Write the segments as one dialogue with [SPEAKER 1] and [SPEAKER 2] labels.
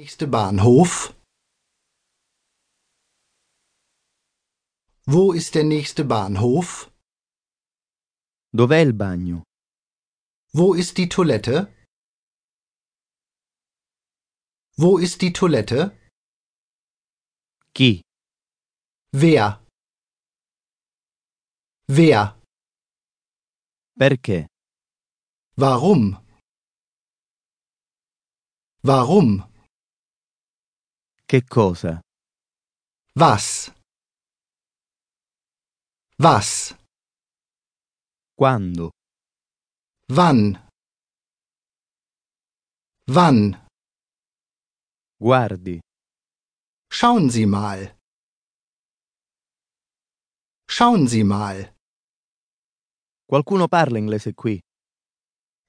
[SPEAKER 1] Nächste Bahnhof? Wo ist der nächste Bahnhof?
[SPEAKER 2] Dov'è il bagno?
[SPEAKER 1] Wo ist die Toilette? Wo ist die Toilette?
[SPEAKER 2] Chi?
[SPEAKER 1] Wer? Wer?
[SPEAKER 2] Perché?
[SPEAKER 1] Warum? Warum?
[SPEAKER 2] Che cosa?
[SPEAKER 1] Was? Was?
[SPEAKER 2] Quando?
[SPEAKER 1] Wann? Wann?
[SPEAKER 2] Guardi,
[SPEAKER 1] Schauen Sie mal. Schauen Sie mal.
[SPEAKER 2] qualcuno parla inglese qui?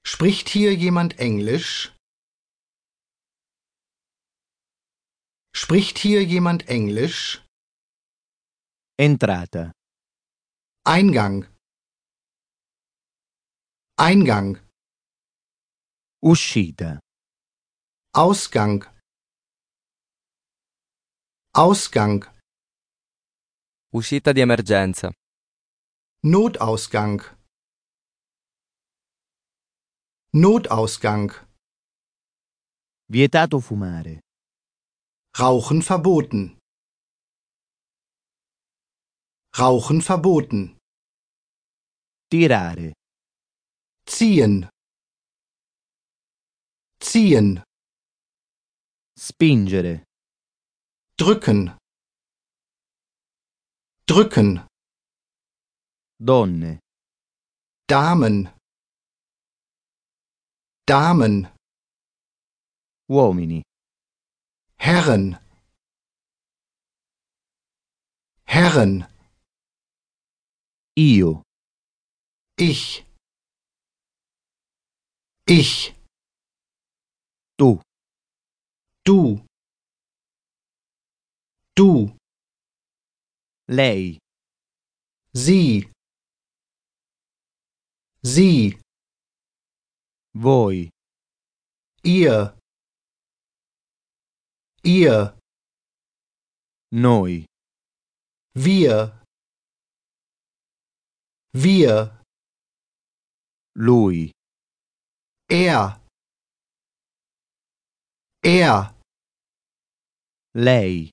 [SPEAKER 1] Spricht hier jemand Englisch? Spricht hier jemand Englisch?
[SPEAKER 2] Entrata.
[SPEAKER 1] Eingang. Eingang.
[SPEAKER 2] Uscita.
[SPEAKER 1] Ausgang. Ausgang.
[SPEAKER 3] Uscita di emergenza.
[SPEAKER 1] Notausgang. Notausgang.
[SPEAKER 2] Vietato fumare.
[SPEAKER 1] Rauchen verboten. Rauchen verboten.
[SPEAKER 2] Tirare.
[SPEAKER 1] Ziehen. Ziehen.
[SPEAKER 2] Spingere.
[SPEAKER 1] Drücken. Drücken.
[SPEAKER 2] Donne.
[SPEAKER 1] Damen. Damen.
[SPEAKER 2] Uomini.
[SPEAKER 1] Herren. Herren.
[SPEAKER 2] Io.
[SPEAKER 1] Ich. Ich.
[SPEAKER 2] Tu.
[SPEAKER 1] Du. Du.
[SPEAKER 2] Lei.
[SPEAKER 1] Sie. Sie.
[SPEAKER 2] Voi.
[SPEAKER 1] Ihr. Ihr.
[SPEAKER 2] Noi.
[SPEAKER 1] Wir. Wir.
[SPEAKER 2] Lui.
[SPEAKER 1] Er. Er.
[SPEAKER 2] Lei.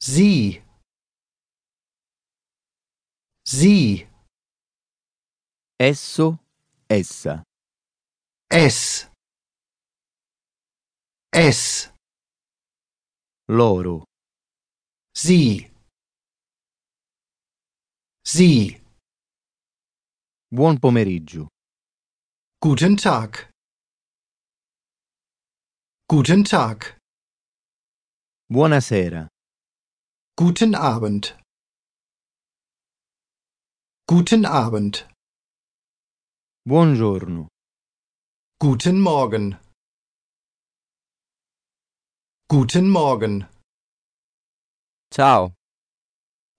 [SPEAKER 1] Sie. Sie.
[SPEAKER 2] Esso. Essa.
[SPEAKER 1] Es. Es.
[SPEAKER 2] Loro.
[SPEAKER 1] Sie. Sie.
[SPEAKER 2] Buon pomeriggio.
[SPEAKER 1] Guten Tag. Guten Tag.
[SPEAKER 2] Buonasera.
[SPEAKER 1] Guten Abend. Guten Abend.
[SPEAKER 2] Buongiorno.
[SPEAKER 1] Guten Morgen. Guten Morgen.
[SPEAKER 3] Ciao.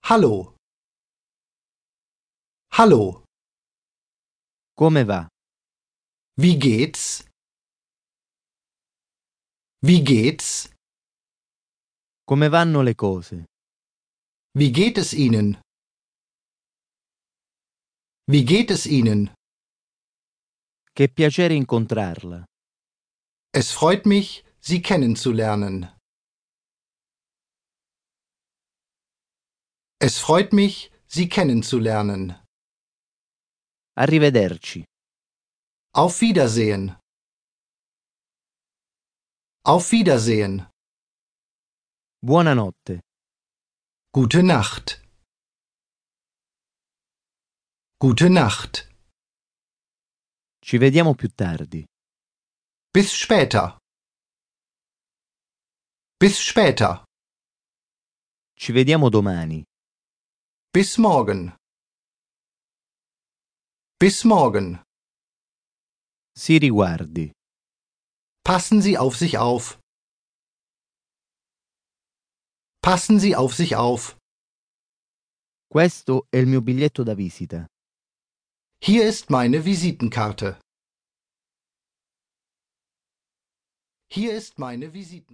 [SPEAKER 1] Hallo. Hallo.
[SPEAKER 2] Come va?
[SPEAKER 1] Wie geht's? Wie geht's?
[SPEAKER 2] Come vanno le cose?
[SPEAKER 1] Wie geht es Ihnen? Wie geht es Ihnen?
[SPEAKER 2] Che piacere incontrarla.
[SPEAKER 1] Es freut mich, Sie kennenzulernen. Es freut mich, Sie kennenzulernen.
[SPEAKER 2] Arrivederci.
[SPEAKER 1] Auf Wiedersehen. Auf Wiedersehen.
[SPEAKER 2] Buonanotte.
[SPEAKER 1] Gute Nacht. Gute Nacht.
[SPEAKER 2] Ci vediamo più tardi.
[SPEAKER 1] Bis später. Bis später.
[SPEAKER 2] Ci vediamo domani.
[SPEAKER 1] Bis morgen. Bis morgen.
[SPEAKER 2] Si riguardi.
[SPEAKER 1] Passen Sie auf sich auf. Passen Sie auf sich auf.
[SPEAKER 2] Questo è il mio biglietto da visita.
[SPEAKER 1] Hier ist meine Visitenkarte. Hier ist meine Visiten.